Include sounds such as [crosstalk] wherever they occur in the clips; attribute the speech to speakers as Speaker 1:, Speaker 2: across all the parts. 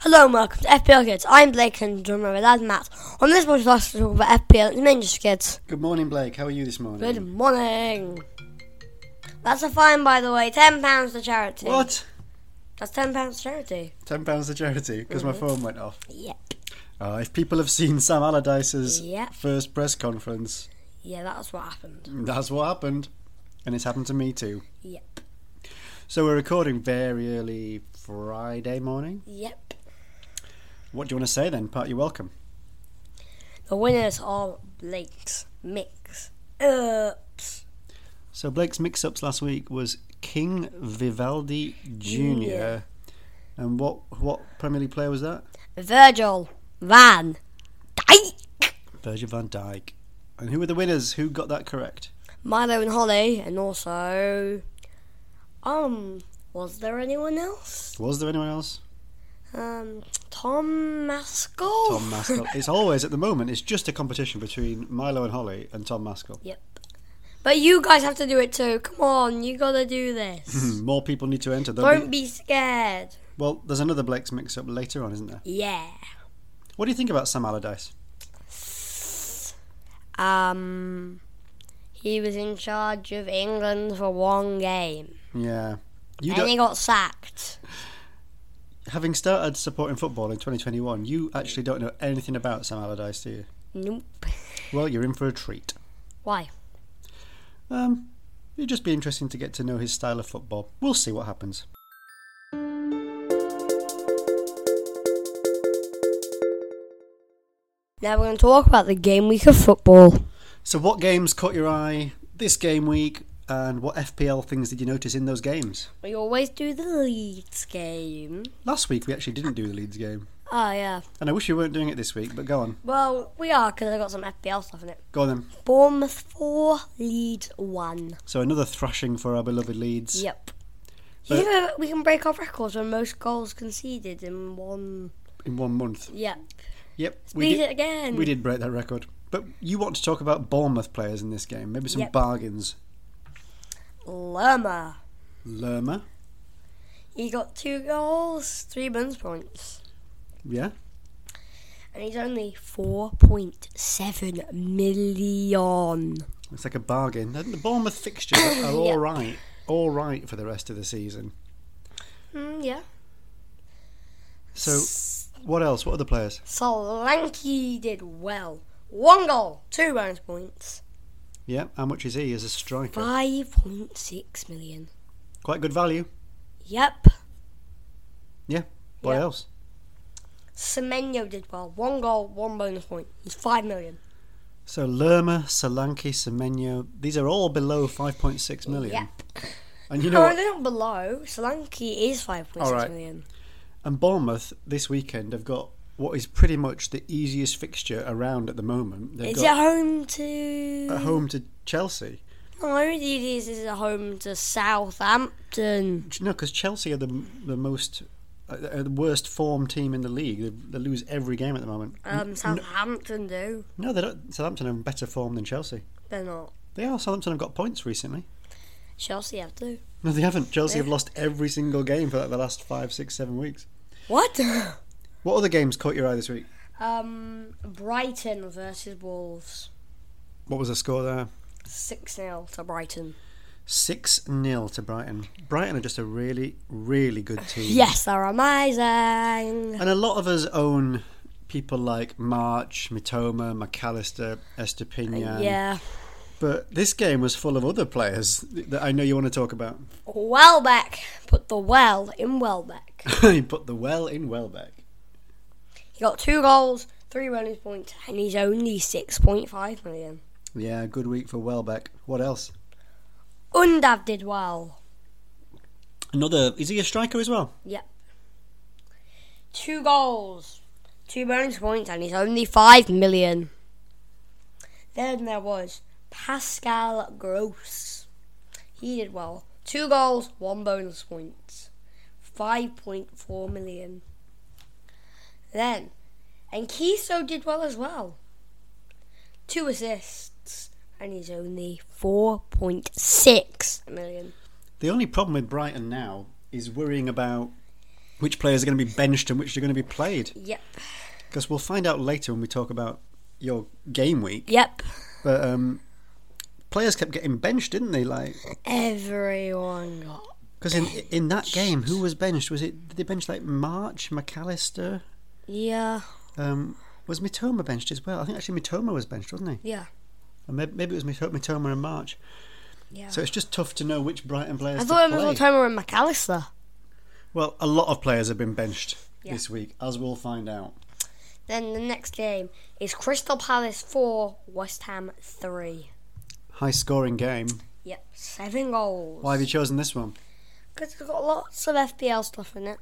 Speaker 1: Hello and welcome to FPL Kids. I'm Blake and drummer with Lad Matt. On this podcast, we talk about FPL and the Ninjas Kids.
Speaker 2: Good morning, Blake. How are you this morning?
Speaker 1: Good morning. That's a fine, by the way. Ten pounds to charity.
Speaker 2: What?
Speaker 1: That's ten pounds to charity.
Speaker 2: Ten pounds to charity because
Speaker 1: Mm-hmm.
Speaker 2: my phone went off.
Speaker 1: Yep.
Speaker 2: Uh, if people have seen Sam Allardyce's
Speaker 1: Yeah.
Speaker 2: first press conference,
Speaker 1: Yeah, that's what happened.
Speaker 2: that's what happened, and it's happened to me too.
Speaker 1: Yep.
Speaker 2: So we're recording very early Friday morning.
Speaker 1: Yep.
Speaker 2: What do you want to say then? Pat, you're welcome.
Speaker 1: The winners are Blake's mix. Ups.
Speaker 2: So Blake's mix-ups last week was King Vivaldi
Speaker 1: Junior.
Speaker 2: Junior, and what what Premier League player was that?
Speaker 1: Virgil Van Dyke.
Speaker 2: Virgil van Dijk. And who were the winners? Who got that correct?
Speaker 1: Milo and Holly, and also. Um, was there anyone else?
Speaker 2: Was there anyone else?
Speaker 1: Um, Tom Maskell.
Speaker 2: Tom Maskell. It's always at the moment. It's just a competition between Milo and Holly and Tom Maskell.
Speaker 1: yep. But you guys have to do it too. Come on, you gotta do
Speaker 2: [laughs]
Speaker 1: this.
Speaker 2: [clears throat] More people need to enter. There'll
Speaker 1: Don't
Speaker 2: Be,
Speaker 1: be scared.
Speaker 2: well, there's another Blake's mix-up later on, isn't there?
Speaker 1: Yeah.
Speaker 2: What do you think about Sam Allardyce?
Speaker 1: Um, he was in charge of England for one game,
Speaker 2: Yeah, you
Speaker 1: and he
Speaker 2: don't,
Speaker 1: got sacked.
Speaker 2: having started supporting football in 2021, you actually don't know anything about Sam Allardyce, do you?
Speaker 1: Nope.
Speaker 2: Well, you're in for a treat.
Speaker 1: Why?
Speaker 2: Um, it'd just be interesting to get to know his style of football. We'll see what happens.
Speaker 1: Now we're gonna talk about the game week of football.
Speaker 2: So, what games caught your eye this game week, and what FPL things did you notice in those games?
Speaker 1: We always do the Leeds game.
Speaker 2: Last week we actually didn't do the Leeds game.
Speaker 1: Oh yeah.
Speaker 2: And I wish we weren't doing it this week, but go on.
Speaker 1: Well, we are because I got some FPL stuff in it.
Speaker 2: Go on then.
Speaker 1: Bournemouth four, Leeds one.
Speaker 2: So another thrashing for our beloved Leeds.
Speaker 1: Yep.
Speaker 2: But-
Speaker 1: you know we can break our records for most goals conceded in one.
Speaker 2: In one month.
Speaker 1: Yep.
Speaker 2: Yep. We
Speaker 1: Beat
Speaker 2: did,
Speaker 1: it again.
Speaker 2: we did break that record. But you want to talk about Bournemouth players in this game. Maybe some
Speaker 1: Yep.
Speaker 2: bargains.
Speaker 1: Lerma.
Speaker 2: Lerma.
Speaker 1: He got two goals, three bonus points,
Speaker 2: Yeah.
Speaker 1: and he's only four point seven million.
Speaker 2: It's like a bargain. And the Bournemouth
Speaker 1: [coughs]
Speaker 2: fixtures are all right. All right for the rest of the season.
Speaker 1: Mm, yeah.
Speaker 2: So what else? What other players?
Speaker 1: Solanke did well. One goal, two bonus points,
Speaker 2: Yeah. How much is he as a striker?
Speaker 1: five point six million.
Speaker 2: Quite good value.
Speaker 1: Yep.
Speaker 2: Yeah. What
Speaker 1: Yeah.
Speaker 2: else?
Speaker 1: Semenyo did well. One goal, one bonus point. He's five million.
Speaker 2: So Lerma, Solanke, Semenyo, these are all below 5.6 million.
Speaker 1: Yep.
Speaker 2: And you
Speaker 1: No, [laughs]
Speaker 2: know what?
Speaker 1: Oh, they're not below. Solanke is five point six million.
Speaker 2: All right. And Bournemouth this weekend have got what is pretty much the easiest fixture around at the moment. They've
Speaker 1: Is it
Speaker 2: got
Speaker 1: home to?
Speaker 2: at home to Chelsea.
Speaker 1: No, it is. Is it home to Southampton?
Speaker 2: Ch- No, because Chelsea are the the most uh, uh, the worst form team in the league. They, they lose every game at the moment.
Speaker 1: Um, Southampton do.
Speaker 2: No, they don't. Southampton are in better form than Chelsea.
Speaker 1: They're not.
Speaker 2: They are. Southampton have got points recently.
Speaker 1: Chelsea have to.
Speaker 2: No, they haven't. Chelsea have lost every single game for like the last five, six, seven weeks.
Speaker 1: What? [laughs]
Speaker 2: What other games caught your eye this week?
Speaker 1: um, Brighton versus Wolves.
Speaker 2: What was the score there?
Speaker 1: Six 0 to Brighton.
Speaker 2: 6 0 to Brighton. Brighton are just a really, really good team.
Speaker 1: Yes, they're amazing.
Speaker 2: And a lot of us own people like March, Mitoma, McAllister, Estepinian.
Speaker 1: Yeah.
Speaker 2: But this game was full of other players that I know you want to talk [laughs] about.
Speaker 1: Welbeck put the well in
Speaker 2: [laughs]
Speaker 1: Welbeck.
Speaker 2: he put the well in Welbeck.
Speaker 1: He got two goals, three bonus points, and he's only six point five million.
Speaker 2: Yeah, good week for Welbeck. What else?
Speaker 1: Undav did well.
Speaker 2: Another. Is he a striker as well?
Speaker 1: Yep. Two goals, two bonus points, and he's only five million. Then there was Pascal Gross. He did well. Two goals, one bonus point. 5.4 million. Then, and Kiso did well as well. Two assists, and he's only 4.6 million.
Speaker 2: The only problem with Brighton now is worrying about which players are going to be benched and which are going to be played.
Speaker 1: Yep.
Speaker 2: Because we'll find out later when we talk about your game week.
Speaker 1: Yep.
Speaker 2: But um, players kept getting benched, didn't they? Like
Speaker 1: Everyone got.
Speaker 2: because in in that game, who was benched? Was it did they bench like March McAllister?
Speaker 1: Yeah.
Speaker 2: Um, was Mitoma benched as well? I think actually Mitoma was benched, wasn't he?
Speaker 1: Yeah.
Speaker 2: And maybe, maybe it was Mito- Mitoma in March.
Speaker 1: Yeah.
Speaker 2: So it's just tough to know which Brighton players.
Speaker 1: I
Speaker 2: to
Speaker 1: thought it
Speaker 2: play.
Speaker 1: was Otomo and McAllister.
Speaker 2: Well, a lot of players have been benched
Speaker 1: Yeah.
Speaker 2: this week, as we'll find out.
Speaker 1: Then the next game is Crystal Palace 4, West Ham 3.
Speaker 2: High scoring game.
Speaker 1: Yep, seven goals.
Speaker 2: Why have you chosen this one?
Speaker 1: Because it's got lots of FPL stuff in it.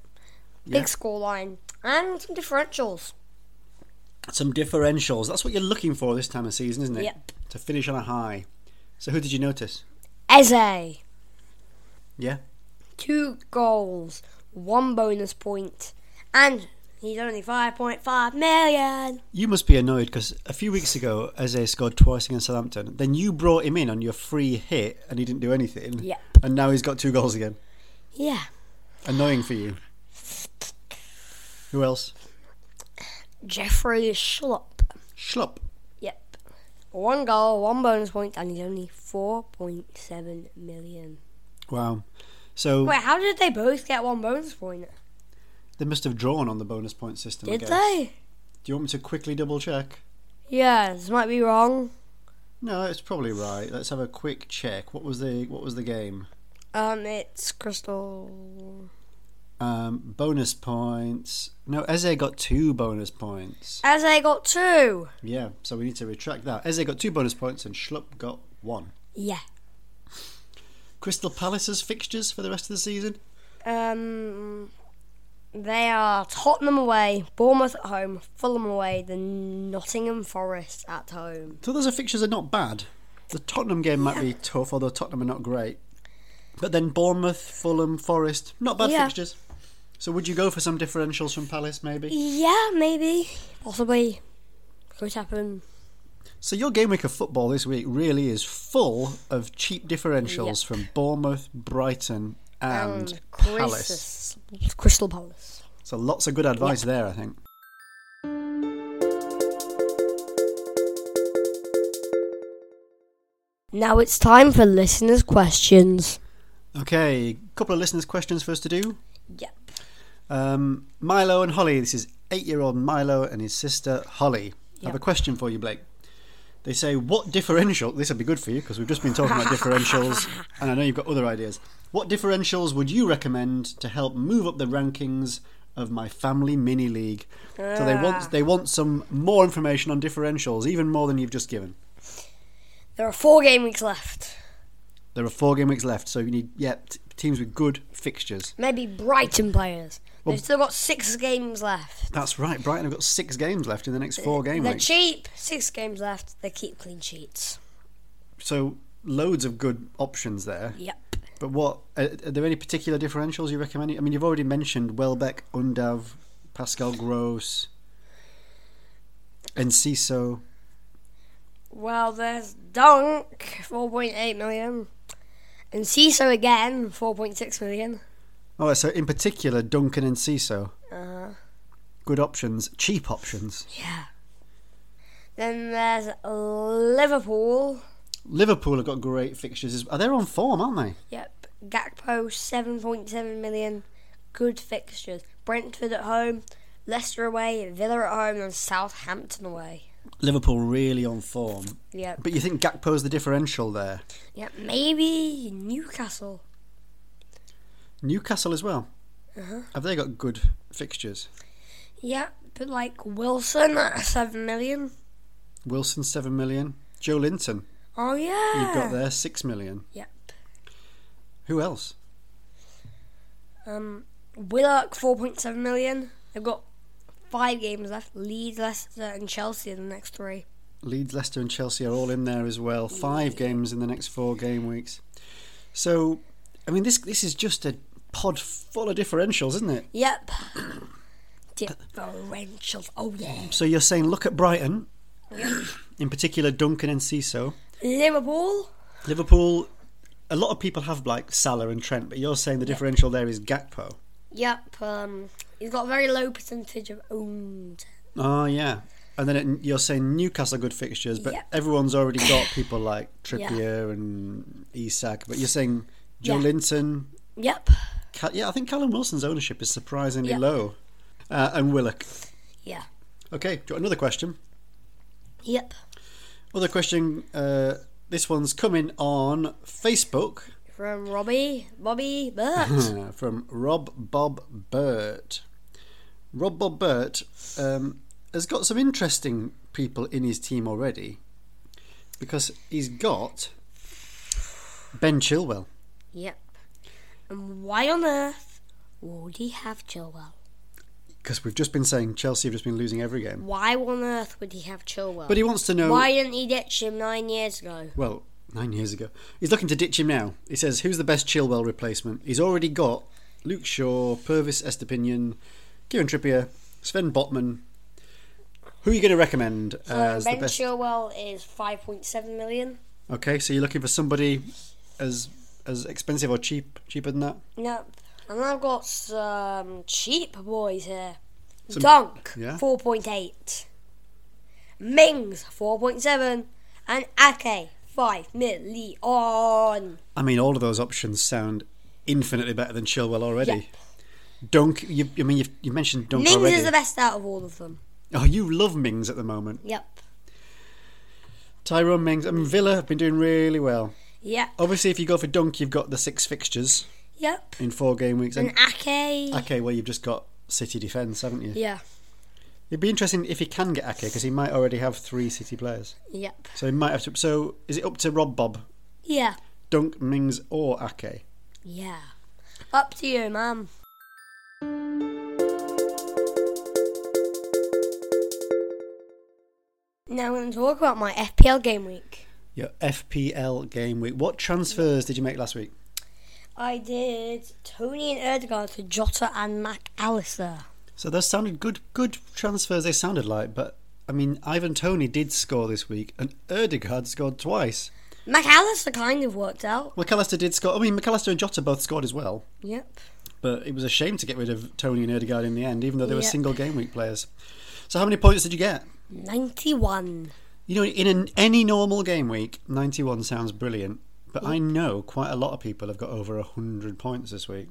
Speaker 2: Yeah.
Speaker 1: Big scoreline. And some differentials.
Speaker 2: Some differentials. That's what you're looking for this time of season, isn't it?
Speaker 1: Yep.
Speaker 2: To finish on a high. So who did you notice?
Speaker 1: Eze,
Speaker 2: Yeah.
Speaker 1: two goals, one bonus point, and he's only 5.5 million.
Speaker 2: You must be annoyed because a few weeks ago, Eze scored twice against Southampton. Then you brought him in on your free hit and he didn't do anything.
Speaker 1: Yep.
Speaker 2: And now he's got two goals again.
Speaker 1: Yeah.
Speaker 2: Annoying for you. Who else?
Speaker 1: Jeffrey Schlupp.
Speaker 2: Schlupp.
Speaker 1: Yep. One goal, one bonus point, and he's only 4.7 million.
Speaker 2: Wow. So
Speaker 1: Wait, how did they both get one bonus point?
Speaker 2: they must have drawn on the bonus point system. I
Speaker 1: Did
Speaker 2: guess.
Speaker 1: they?
Speaker 2: Do you want me to quickly double check?
Speaker 1: Yeah, this might be wrong.
Speaker 2: No, it's probably right. Let's have a quick check. What was the what was the game?
Speaker 1: Um, it's Crystal.
Speaker 2: Um, bonus points. No, Eze got two bonus points.
Speaker 1: As I got two.
Speaker 2: Yeah, so we need to retract that. Eze got two bonus points and Schlupp got one.
Speaker 1: Yeah.
Speaker 2: Crystal Palace's fixtures for the rest of the season.
Speaker 1: Um, they are Tottenham away, Bournemouth at home, Fulham away, then Nottingham Forest at home.
Speaker 2: So those fixtures are not bad. The Tottenham game might be tough, although Tottenham are not great. But then Bournemouth, Fulham, Forest, not bad
Speaker 1: Yeah.
Speaker 2: fixtures. So would you go for some differentials from Palace, maybe?
Speaker 1: Yeah, maybe, possibly, could happen.
Speaker 2: So your game week of football this week really is full of cheap differentials from Bournemouth, Brighton, and, Palace.
Speaker 1: Chris- Crystal Palace.
Speaker 2: So lots of good advice there, I think.
Speaker 1: Now it's time for listeners' questions.
Speaker 2: Okay, a couple of listeners' questions for us to do.
Speaker 1: Yep.
Speaker 2: Um, Milo and Holly. This is eight-year-old Milo and his sister Holly. I have a
Speaker 1: Yep.
Speaker 2: question for you, Blake. They say, "What differential?" This would be good for you because we've just been talking about differentials, and I know you've got other ideas. What differentials would you recommend to help move up the rankings of my family mini league? So they want they want some more information on differentials, even more than you've just given.
Speaker 1: There are four game weeks left.
Speaker 2: There are four game weeks left, so you need yeah t- teams with good fixtures.
Speaker 1: Maybe Brighton players.
Speaker 2: Well-
Speaker 1: They've still got six games left.
Speaker 2: That's right. Brighton have got six games left in the next four game
Speaker 1: They're
Speaker 2: weeks.
Speaker 1: cheap. Six games left. They keep clean sheets.
Speaker 2: so loads of good options there.
Speaker 1: Yep.
Speaker 2: But what are, are there any particular differentials you recommend? I mean, you've already mentioned Welbeck, Undav, Pascal Gross, Enciso.
Speaker 1: Well, there's Dunk, 4.8 million. And Ciso again, 4.6 million.
Speaker 2: Oh, so in particular, Duncan and Ciso.
Speaker 1: Uh,
Speaker 2: Good options, cheap options.
Speaker 1: yeah. Then there's Liverpool.
Speaker 2: Liverpool have got great fixtures. as- Are they on form, aren't they?
Speaker 1: Yep. Gakpo, 7.7 million. Good fixtures. Brentford at home, Leicester away, Villa at home, and Southampton away.
Speaker 2: Liverpool really on form.
Speaker 1: Yep.
Speaker 2: But you think Gakpo's the differential there?
Speaker 1: Yep. Maybe Newcastle.
Speaker 2: Newcastle as well.
Speaker 1: Uh-huh.
Speaker 2: Have they got good fixtures?
Speaker 1: Yep. But like Wilson at 7 million.
Speaker 2: Wilson seven million. Joe Linton,
Speaker 1: Oh, yeah.
Speaker 2: you've got there six million.
Speaker 1: Yep.
Speaker 2: Who else?
Speaker 1: Um, Willock, 4.7 million. They've got five games left. Leeds, Leicester, and Chelsea are the next three.
Speaker 2: Leeds, Leicester, and Chelsea are all in there as well. Five games in the next four game weeks. So, I mean, this this is just a pod full of differentials, isn't it?
Speaker 1: Yep. Differentials. Oh, yeah.
Speaker 2: So you're saying look at Brighton, in particular Duncan and Ciso.
Speaker 1: Liverpool.
Speaker 2: Liverpool, a lot of people have like Salah and Trent, but you're saying the differential there is Gakpo.
Speaker 1: Yep, um, he's got a very low percentage of owned.
Speaker 2: Oh yeah. And then it, you're saying Newcastle are good fixtures, but
Speaker 1: Yep.
Speaker 2: everyone's already got people like Trippier and Isak. But you're saying Joe
Speaker 1: Yeah.
Speaker 2: Linton.
Speaker 1: Yep.
Speaker 2: Ca- yeah, I think Callum Wilson's ownership is surprisingly
Speaker 1: Yeah.
Speaker 2: low, uh, and Willock.
Speaker 1: Yeah.
Speaker 2: Okay, do you want another question?
Speaker 1: Yep.
Speaker 2: Other question. Uh, this one's coming on Facebook
Speaker 1: From Robbie, Bobby, Bert.
Speaker 2: uh, from Rob Bob Burt. Rob Bob Burt um, has got some interesting people in his team already because he's got Ben Chilwell.
Speaker 1: yep. And why on earth would he have Chilwell?
Speaker 2: Because we've just been saying Chelsea have just been losing every game.
Speaker 1: Why on earth would he have Chilwell?
Speaker 2: But he wants to know.
Speaker 1: why didn't he ditch him nine years ago?
Speaker 2: Well, nine years ago. He's looking to ditch him now. He says, Who's the best Chilwell replacement? He's already got Luke Shaw, Purvis Estepinian, Kieran Trippier, Sven Botman. Who are you going to recommend Uh, as
Speaker 1: ben
Speaker 2: the best?
Speaker 1: Chilwell is 5.7 million.
Speaker 2: Okay, so you're looking for somebody as as expensive or cheap, cheaper than that?
Speaker 1: Yep. And I've got some cheap boys here.
Speaker 2: Some-
Speaker 1: Dunk,
Speaker 2: yeah.
Speaker 1: 4.8. Mings, 4.7. And Ake, 5 million.
Speaker 2: I mean, all of those options sound infinitely better than Chilwell already. Dunk, you, I mean, you've, you mentioned Dunk
Speaker 1: Mings
Speaker 2: already.
Speaker 1: is the best out of all of them.
Speaker 2: oh, you love Mings at the moment.
Speaker 1: Yep.
Speaker 2: Tyrone Mings, I mean, Villa have been doing really well.
Speaker 1: Yep.
Speaker 2: Obviously, if you go for Dunk, you've got the six fixtures
Speaker 1: Yep.
Speaker 2: in four game weeks.
Speaker 1: And
Speaker 2: And
Speaker 1: Ake.
Speaker 2: Ake, well, you've just got City defence, haven't you?
Speaker 1: Mm. Yeah.
Speaker 2: It'd be interesting if he can get Ake because he might already have three City players.
Speaker 1: Yep.
Speaker 2: So he might have to. So is it up to Rob Bob,
Speaker 1: Yeah.
Speaker 2: Dunk, Mings, or Ake?
Speaker 1: Yeah. Up to you, ma'am. Now we're going to talk about my FPL game week.
Speaker 2: Your FPL game week. What transfers did you make last week?
Speaker 1: I did Tony and Erdegaard to Jota and Mac Allister.
Speaker 2: So those sounded good. Good transfers they sounded like, but I mean, Ivan Tony did score this week, and Erdegaard scored twice.
Speaker 1: Mac Allister kind of worked out.
Speaker 2: McAllister did score. I mean, McAllister and Jota both scored as well.
Speaker 1: Yep.
Speaker 2: But it was a shame to get rid of Tony and Erdegaard in the end, even though they were
Speaker 1: Yeah.
Speaker 2: single game week players. So how many points did you get?
Speaker 1: 91.
Speaker 2: You know, in an, any normal game week, 91 sounds brilliant. But I know quite a lot of people have got over 100 points this week.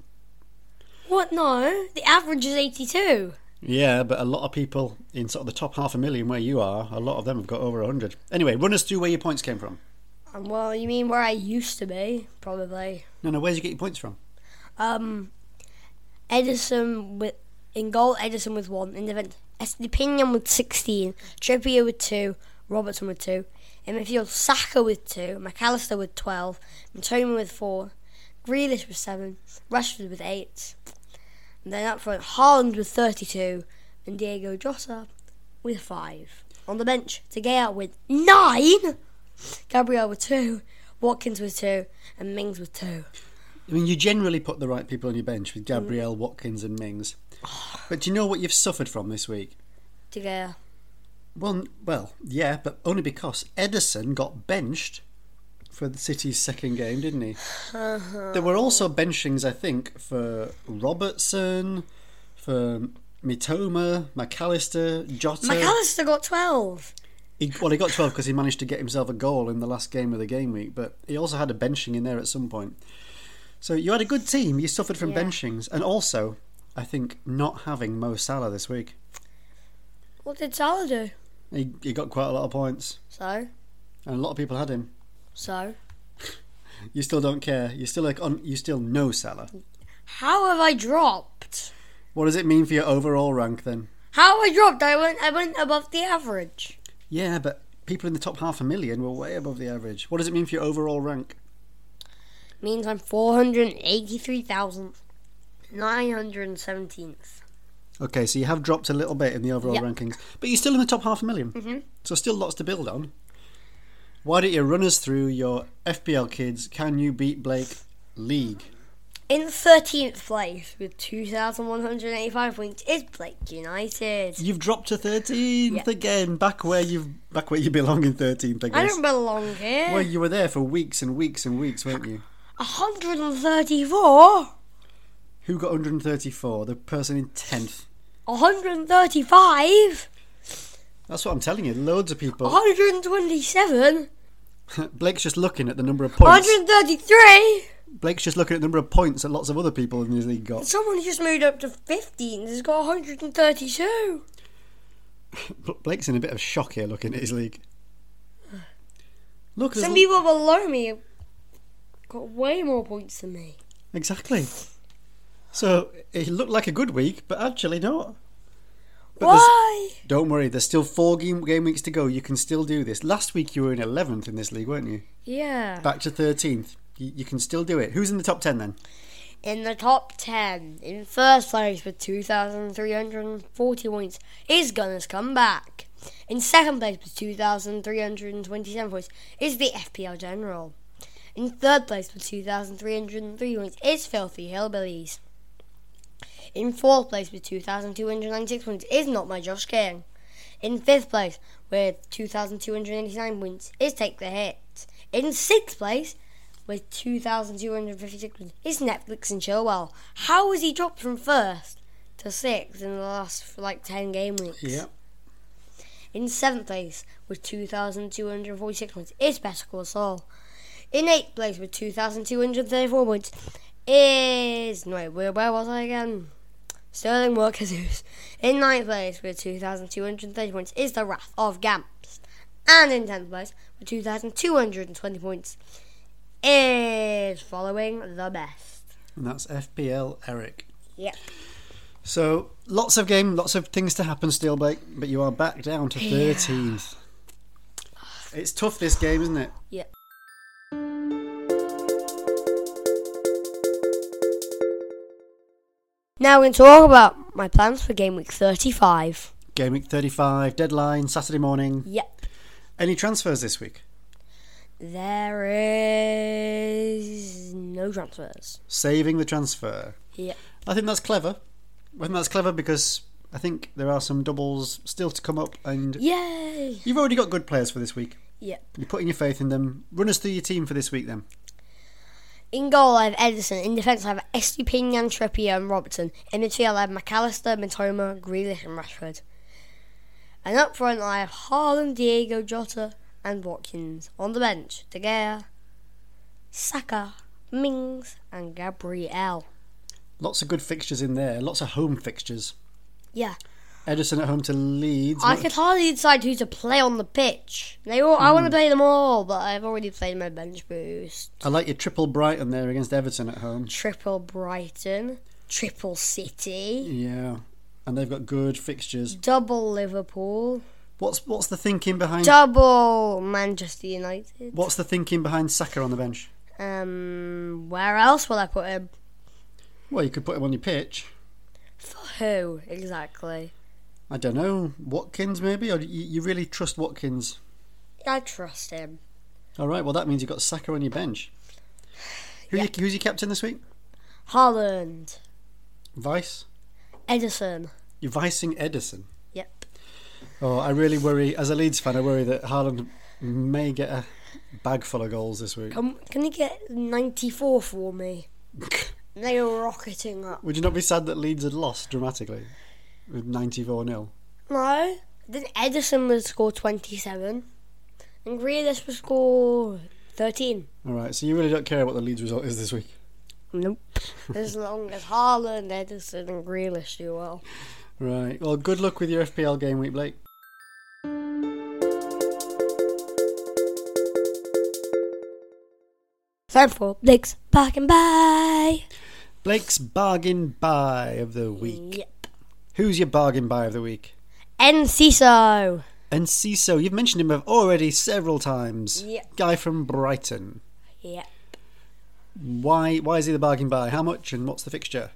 Speaker 1: What? No. The average is 82.
Speaker 2: Yeah, but a lot of people in sort of the top half a million where you are, a lot of them have got over 100. Anyway, run us through where your points came from.
Speaker 1: Um, well, you mean where I used to be, probably.
Speaker 2: No, no, where did you get your points from?
Speaker 1: Um, Edison with in goal. Edison with one in defence. Estepinian with sixteen. Trippier with two. Robertson with two. In midfield, Saka with two. McAllister with twelve. Matoma with four. Grealish with seven. Rashford with eight. And then up front, Haaland with thirty-two, and Diego Jota with five. On the bench, De Gea with nine. Gabriel with two. Watkins with two, and Mings with two.
Speaker 2: I mean, you generally put the right people on your bench with Gabrielle, Watkins, and Mings. But do you know what you've suffered from this week?
Speaker 1: De Gea.
Speaker 2: Well, n- well, yeah, but only because Edison got benched for the City's second game, didn't he? There were also benchings, I think, for Robertson, for Mitoma, McAllister, Jota.
Speaker 1: McAllister got 12.
Speaker 2: He, well, he got 12 because he managed to get himself a goal in the last game of the game week, but he also had a benching in there at some point. So you had a good team. You suffered from
Speaker 1: Yeah.
Speaker 2: benchings. And also, I think, not having Mo Salah this week.
Speaker 1: What did Salah do?
Speaker 2: He, he got quite a lot of points,
Speaker 1: So,
Speaker 2: and a lot of people had him.
Speaker 1: so.
Speaker 2: You still don't care. You still like on. You still know Salah.
Speaker 1: How have I dropped?
Speaker 2: What does it mean for your overall rank then?
Speaker 1: How have I dropped? I went, I went above the average.
Speaker 2: Yeah, but people in the top half a million were way above the average. What does it mean for your overall rank?
Speaker 1: Means I'm 483,917th.
Speaker 2: Okay, so you have dropped a little bit in the overall
Speaker 1: Yeah.
Speaker 2: rankings, but you're still in the top half a 1000000 Mm-hmm. So still lots to build on. Why don't you run us through your FPL kids? Can you beat Blake league?
Speaker 1: In 13th place with 2,185 points is Blake United.
Speaker 2: You've dropped to thirteenth
Speaker 1: Yeah.
Speaker 2: again, back where you back where you belong in thirteenth. I
Speaker 1: I
Speaker 2: guess.
Speaker 1: don't belong here.
Speaker 2: well, you were there for weeks and weeks and weeks, weren't you?
Speaker 1: 134?
Speaker 2: Who got 134? The person in 10th.
Speaker 1: 135?
Speaker 2: That's what I'm telling you. Loads of people.
Speaker 1: 127?
Speaker 2: [laughs] Blake's just looking at the number of points.
Speaker 1: 133?
Speaker 2: Blake's just looking at the number of points that lots of other people in his league got. [laughs]
Speaker 1: Someone just moved up to 15. There's got 132.
Speaker 2: Bl- Blake's in a bit of shock here looking at his league. Look, there's
Speaker 1: Some
Speaker 2: l-
Speaker 1: people below me have got way more points than me.
Speaker 2: exactly. So it looked like a good week, but actually not. But there's-
Speaker 1: Why?
Speaker 2: Don't worry, there's still four game, game weeks to go. You can still do this. Last week you were in 11th in this league, weren't you?
Speaker 1: Yeah.
Speaker 2: Back to 13th. You, you can still do it. Who's in the top 10 then?
Speaker 1: In the top 10, in first place with 2,340 points, is Gunners Come Back. In second place with 2,327 points is the FPL General. In third place with 2,303 points is Filthy Hillbillies. In fourth place with 2,296 points is Not My Josh King. In fifth place with 2,289 points is Take the Hit. In sixth place with 2,256 points is Netflix and Chilwell. How has he dropped from first to sixth in the last like 10 game weeks? In seventh place with 2,246 points is Better Call Saul. In eighth place with 2,234 points is. No, wait, where, where was I again? Sterling Workers. [laughs] In ninth place with 2,230 points is The Wrath of Gamps. And in tenth place with 2,220 points is Following the Best.
Speaker 2: And that's FPL Eric.
Speaker 1: Yep.
Speaker 2: So lots of game, lots of things to happen still, Blake. But you are back down to 13th. It's tough this game, isn't it?
Speaker 1: Yep. Now we're going to talk about my plans for game week 35.
Speaker 2: Game week 35, deadline, Saturday morning.
Speaker 1: Yep.
Speaker 2: Any transfers this week?
Speaker 1: There is no transfers.
Speaker 2: Saving the transfer.
Speaker 1: Yep.
Speaker 2: I think that's clever. I think that's clever because I think there are some doubles still to come up, and
Speaker 1: Yay!
Speaker 2: you've already got good players for this week.
Speaker 1: Yep.
Speaker 2: You're putting your faith in them. Run us through your team for this week, then.
Speaker 1: In goal, I have Edison. In defence, I have Estupinian, Trippier, and Robertson. In midfield, I have McAllister, Matoma, Grealish, and Rashford. And up front, I have Haaland, Diego, Jota, and Watkins. On the bench, De Gea, Saka, Mings, and Gabriel.
Speaker 2: Lots of good fixtures in there. Lots of home fixtures.
Speaker 1: Yeah,
Speaker 2: Edison at home to Leeds.
Speaker 1: I could hardly decide who to play on the pitch. They all, I want to play them all, but I've already played my bench boost.
Speaker 2: I like your triple Brighton there against Everton at home.
Speaker 1: Triple Brighton, triple City,
Speaker 2: Yeah, and they've got good fixtures.
Speaker 1: Mm. double Liverpool.
Speaker 2: What's what's the thinking
Speaker 1: Mm.
Speaker 2: behind
Speaker 1: Double Manchester United.
Speaker 2: what's the thinking behind Saka on the bench?
Speaker 1: Um, where else will I put him?
Speaker 2: Well, you could put him on your pitch.
Speaker 1: For who exactly?
Speaker 2: I don't know, Watkins maybe, or you, you really trust Watkins?
Speaker 1: I trust him.
Speaker 2: All right, well that means you've got Saka on your bench. Who you, who's your captain this week?
Speaker 1: Holland,
Speaker 2: Vice.
Speaker 1: Edison.
Speaker 2: You're vicing Edison.
Speaker 1: Yep.
Speaker 2: Oh, I really worry. As a Leeds fan, I worry that Haaland may get a bag full of goals this week.
Speaker 1: Can Um, can you get ninety four for me? They are rocketing up.
Speaker 2: [laughs] Would you not be sad that Leeds had lost dramatically with 94 0?
Speaker 1: No. Then Edison would score twenty seven, and Grealish would score thirteen.
Speaker 2: All right, so you really don't care what the Leeds result is this week.
Speaker 1: Nope. [laughs] as long as Haaland, Edison, and Grealish do well.
Speaker 2: Right. Well, good luck with your FPL game week, Blake.
Speaker 1: Time for Blake's back and bye.
Speaker 2: Blake's bargain buy of the week.
Speaker 1: Yep.
Speaker 2: Who's your bargain buy of the week?
Speaker 1: NCSO.
Speaker 2: And Ciso, you've mentioned him already several times.
Speaker 1: Yeah.
Speaker 2: Guy from Brighton.
Speaker 1: Yeah.
Speaker 2: Why? Why is he the bargain buy? How much? And what's the fixture?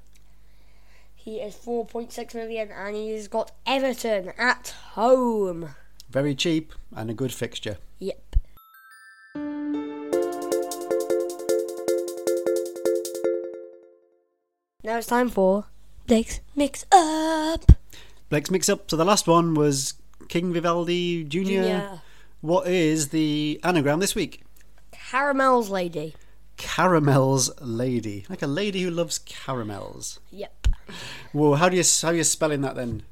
Speaker 1: He is 4.6 million and he's got Everton at home.
Speaker 2: Very cheap and a good fixture.
Speaker 1: Yep. Now it's time for Blake's Mix Up.
Speaker 2: Blake's mix up. So the last one was King Vivaldi Jr. What is the anagram this week?
Speaker 1: Caramels Lady.
Speaker 2: caramels lady, like a lady who loves caramels.
Speaker 1: Yep.
Speaker 2: Whoa, how do you how are you spelling that then?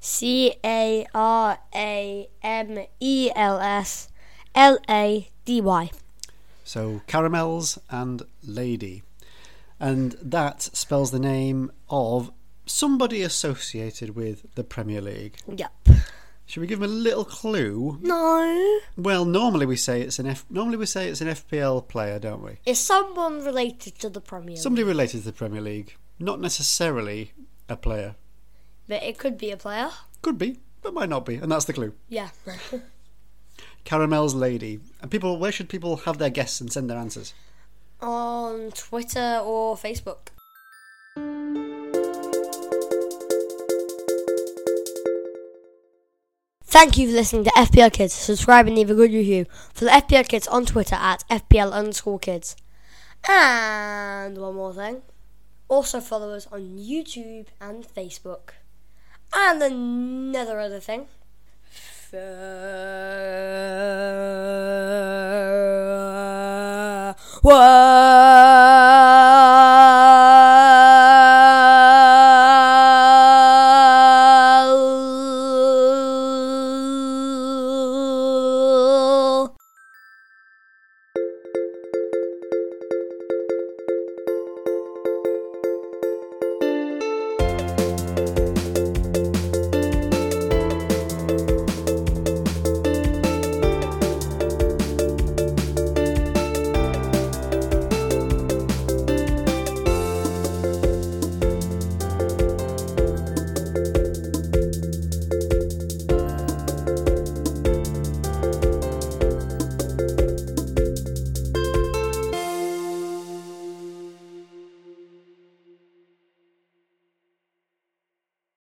Speaker 1: C A R A M E L S L A D Y.
Speaker 2: So caramels and lady, and that spells the name of somebody associated with the Premier League.
Speaker 1: Yep.
Speaker 2: Should we give them a little clue?
Speaker 1: No.
Speaker 2: Well, normally we say it's an F. Normally we say it's an FPL player, don't we?
Speaker 1: Is someone related to the Premier League?
Speaker 2: Somebody related to the Premier League, not necessarily a player.
Speaker 1: But it could be a player.
Speaker 2: Could be, but might not be, and that's the clue.
Speaker 1: Yeah.
Speaker 2: Caramel's lady. And people, where should people have their guests and send their answers?
Speaker 1: [laughs] On Twitter or Facebook. Thank you for listening to FPL Kids. Subscribe and leave a good review for the FPL Kids on Twitter at FPL underscore kids. And one more thing. Also follow us on YouTube and Facebook. And another other thing. Fair.